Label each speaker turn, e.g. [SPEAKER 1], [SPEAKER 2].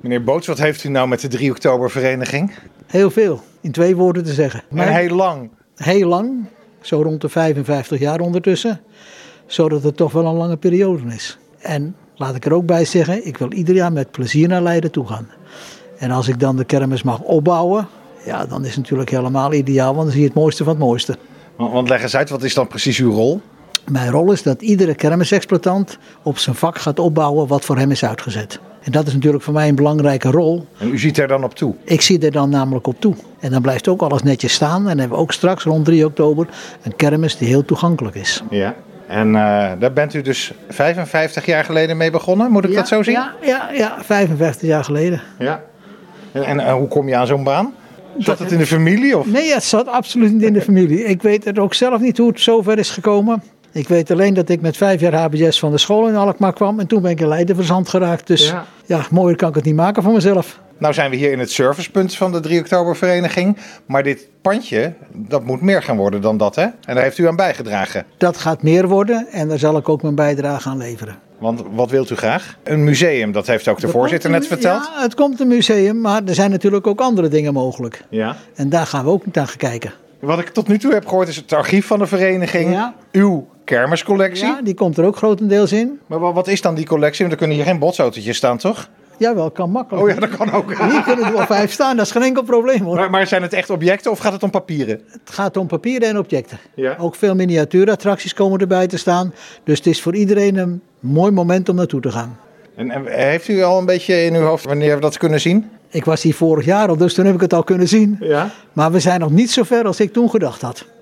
[SPEAKER 1] Meneer Boots, wat heeft u nou met de 3 oktober vereniging?
[SPEAKER 2] Heel veel, in twee woorden te zeggen.
[SPEAKER 1] Maar heel lang.
[SPEAKER 2] heel lang, zo rond de 55 jaar ondertussen, zodat het toch wel een lange periode is. En laat ik er ook bij zeggen, ik wil ieder jaar met plezier naar Leiden toe gaan. En als ik dan de kermis mag opbouwen, ja, dan is het natuurlijk helemaal ideaal, want dan zie je het mooiste van het mooiste.
[SPEAKER 1] Want, want leg eens uit, wat is dan precies uw rol?
[SPEAKER 2] Mijn rol is dat iedere kermisexploitant op zijn vak gaat opbouwen wat voor hem is uitgezet. En dat is natuurlijk voor mij een belangrijke rol,
[SPEAKER 1] En u ziet er dan op toe.
[SPEAKER 2] ik zie er dan namelijk op toe. En dan blijft ook alles netjes staan. En dan hebben we ook straks rond 3 oktober een kermis die heel toegankelijk is.
[SPEAKER 1] Ja. En eh, daar bent u dus 55 jaar geleden mee begonnen, moet ik dat zo zien?
[SPEAKER 2] Ja, ja, ja, 55 jaar geleden.
[SPEAKER 1] Ja. En, en, eh, hoe kom je aan zo'n baan? Zat het in de familie? Of?
[SPEAKER 2] Nee, het zat absoluut niet in de familie. Ik weet het ook zelf niet hoe het zover is gekomen. Ik weet alleen dat ik met vijf jaar HBS van de school in Alkmaar kwam. En toen ben ik in Leiden verzand geraakt. Dus
[SPEAKER 1] Ja.
[SPEAKER 2] ja, mooier kan ik het niet maken voor mezelf.
[SPEAKER 1] Nou zijn we hier in het servicepunt van de 3 oktober vereniging. Maar dit pandje, dat moet meer gaan worden dan dat hè? En daar heeft u aan bijgedragen.
[SPEAKER 2] Dat gaat meer worden en daar zal ik ook mijn bijdrage aan leveren.
[SPEAKER 1] Want wat wilt u graag? Een museum, dat heeft ook de voorzitter
[SPEAKER 2] Er
[SPEAKER 1] net
[SPEAKER 2] komt een-
[SPEAKER 1] verteld.
[SPEAKER 2] Ja, het komt een museum, maar er zijn natuurlijk ook andere dingen mogelijk.
[SPEAKER 1] Ja.
[SPEAKER 2] En daar gaan we ook naar gaan kijken.
[SPEAKER 1] Wat ik tot nu toe heb gehoord is het archief van de vereniging.
[SPEAKER 2] Ja.
[SPEAKER 1] Uw kermiscollectie.
[SPEAKER 2] Ja, die komt er ook grotendeels in.
[SPEAKER 1] Maar wa- wat is dan die collectie? Want er kunnen hier geen botsautootjes staan, toch?
[SPEAKER 2] Jawel, kan makkelijk.
[SPEAKER 1] Oh ja, dat kan ook.
[SPEAKER 2] Hier kunnen er wel vijf staan, dat is geen enkel probleem hoor.
[SPEAKER 1] Maar, maar zijn het echt objecten of gaat het om papieren?
[SPEAKER 2] Het gaat om papieren en objecten.
[SPEAKER 1] Ja.
[SPEAKER 2] Ook veel miniatuurattracties komen erbij te staan. Dus het is voor iedereen een mooi moment om naartoe te gaan.
[SPEAKER 1] En, en heeft u al een beetje in uw hoofd wanneer we dat kunnen zien?
[SPEAKER 2] Ik was hier vorig jaar al, dus toen heb ik het al kunnen zien.
[SPEAKER 1] Ja.
[SPEAKER 2] Maar we zijn nog niet zo ver als ik toen gedacht had.